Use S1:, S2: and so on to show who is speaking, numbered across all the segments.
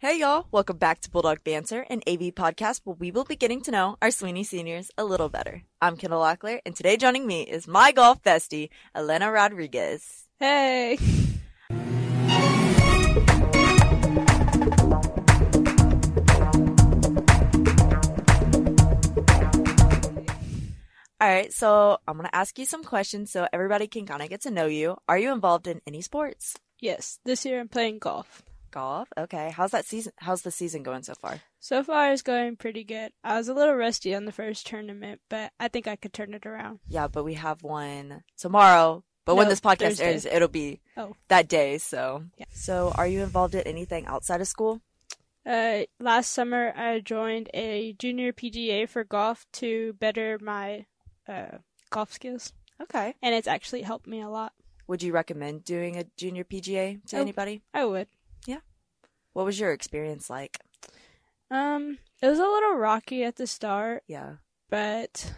S1: Hey y'all, welcome back to Bulldog Banter, an AV podcast where we will be getting to know our Sweeney seniors a little better. I'm Kendall Locklear, and today joining me is my golf bestie, Elena Rodriguez.
S2: Hey.
S1: All right, so I'm gonna ask you some questions so everybody can kind of get to know you. Are you involved in any sports?
S2: Yes, this year I'm playing golf.
S1: Golf. Okay. How's that season? How's the season going so far?
S2: So far, it's going pretty good. I was a little rusty on the first tournament, but I think I could turn it around.
S1: Yeah, but we have one tomorrow. But when
S2: No,
S1: this podcast
S2: Thursday.
S1: airs, it'll be
S2: Oh.
S1: that day. So,
S2: Yeah.
S1: so are you involved in anything outside of school?
S2: Uh, last summer, I joined a junior PGA for golf to better my uh, golf skills,
S1: Okay.
S2: and it's actually helped me a lot.
S1: Would you recommend doing a junior PGA to
S2: Oh.
S1: anybody?
S2: I would.
S1: What was your experience like?
S2: Um, it was a little rocky at the start,
S1: Yeah.
S2: but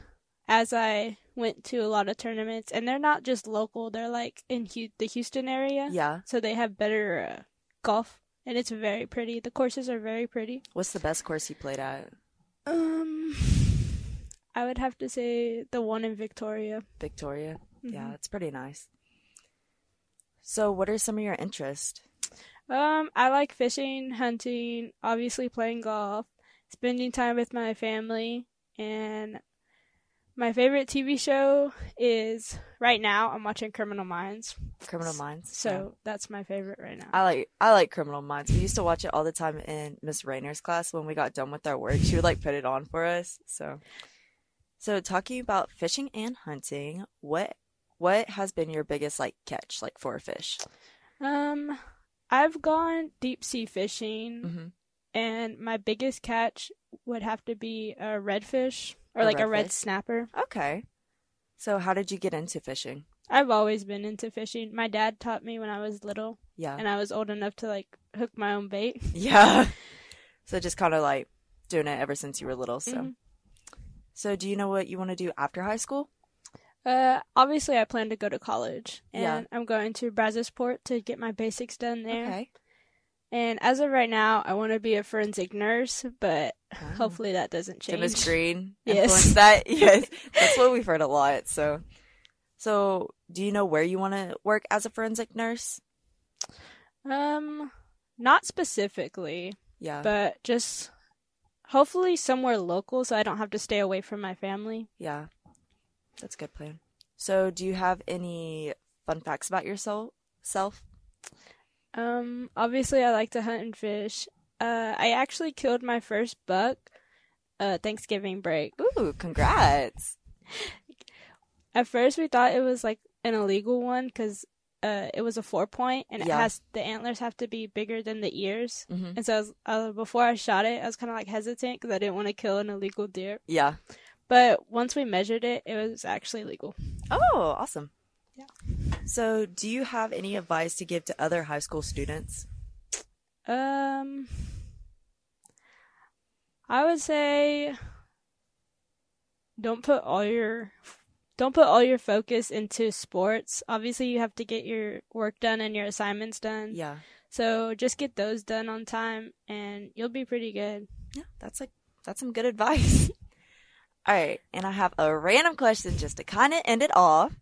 S2: as I went to a lot of tournaments, and they're not just local; they're like in Hu- the Houston area.
S1: Yeah.
S2: so they have better uh, golf and it's very pretty the courses are very pretty
S1: What's the best course you played at?
S2: um i would have to say the one in victoria
S1: Victoria. Yeah,
S2: Mhm.
S1: it's pretty nice. So, what are some of your interests?
S2: um i like fishing hunting obviously playing golf spending time with my family and my favorite tv show is right now i'm watching criminal minds
S1: Criminal Minds.
S2: so
S1: Yeah.
S2: that's my favorite right now
S1: I like I like Criminal Minds. We used to watch it all the time in Miss Rayner's class when we got done with our work. She would like put it on for us. So, so talking about fishing and hunting, what what has been your biggest like catch like for a fish? Uh
S2: um i've gone deep sea fishing
S1: Mm-hmm.
S2: and my biggest catch would have to be a redfish or
S1: A
S2: like a
S1: redfish?
S2: red snapper.
S1: Okay. So, how did you get into fishing?
S2: I've always been into fishing. My dad taught me when I was little,
S1: Yeah.
S2: and I was old enough to like hook my own bait.
S1: Yeah. So just kind of like doing it ever since you were little. So,
S2: Mhm.
S1: so do you know what you want to do after high school?
S2: Uh, obviously, I plan to go to college, and
S1: Yeah.
S2: I'm going to Brazosport to get my basics done there.
S1: Okay.
S2: And as of right now, I want to be a forensic nurse, but
S1: Ah.
S2: hopefully that doesn't
S1: Oh.
S2: change.
S1: Miss Green
S2: Yes.
S1: influenced that. Yes, that's what we've heard a lot. So, so do you know where you want to work as a forensic nurse?
S2: Um, not specifically,
S1: Yeah.
S2: but just hopefully somewhere local, so I don't have to stay away from my family.
S1: yeah. That's a good plan. So, do you have any fun facts about yourself? Self?
S2: Um, obviously, I like to hunt and fish. Uh, I actually killed my first buck, uh, Thanksgiving break.
S1: Ooh, congrats.
S2: At first, we thought it was like an illegal one because uh, it was a four point and it
S1: Yeah.
S2: has the antlers have to be bigger than the ears.
S1: hmm
S2: And so, I was, uh, before I shot it, I was kind of like hesitant because I didn't want to kill an illegal deer.
S1: Yeah.
S2: But once we measured it, it was actually legal.
S1: Oh, awesome.
S2: Yeah.
S1: So, do you have any advice to give to other high school students?
S2: Um, I would say don't put all your don't put all your focus into sports. Obviously, you have to get your work done and your assignments done.
S1: Yeah.
S2: So just get those done on time, and you'll be pretty good.
S1: Yeah, that's like that's some good advice. All right, and I have a random question just to kind of end it off.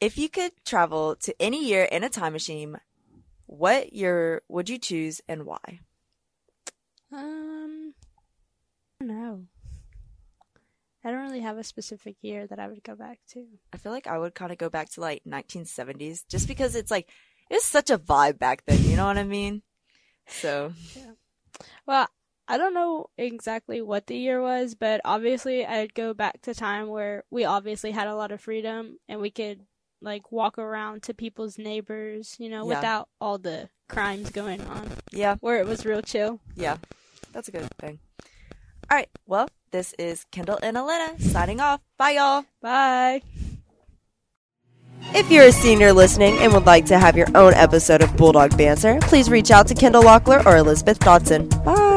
S1: If you could travel to any year in a time machine, what year would you choose and why?
S2: Um, I don't know. I don't really have a specific year that I would go back to.
S1: I feel like I would kind of go back to like 1970s just because it's like it was such a vibe back then, you know what I mean? So,
S2: Well, I don't know exactly what the year was, but obviously I'd go back to time where we obviously had a lot of freedom and we could like walk around to people's neighbors, you know,
S1: Yeah.
S2: without all the crimes going on,
S1: yeah.
S2: where it was real chill.
S1: Yeah, that's a good thing. All right, well, this is Kendall and Elena signing off. Bye, y'all.
S2: Bye.
S3: If you're a senior listening and would like to have your own episode of Bulldog Banter, please reach out to Kendall Locklear or Elizabeth Dodson. Bye.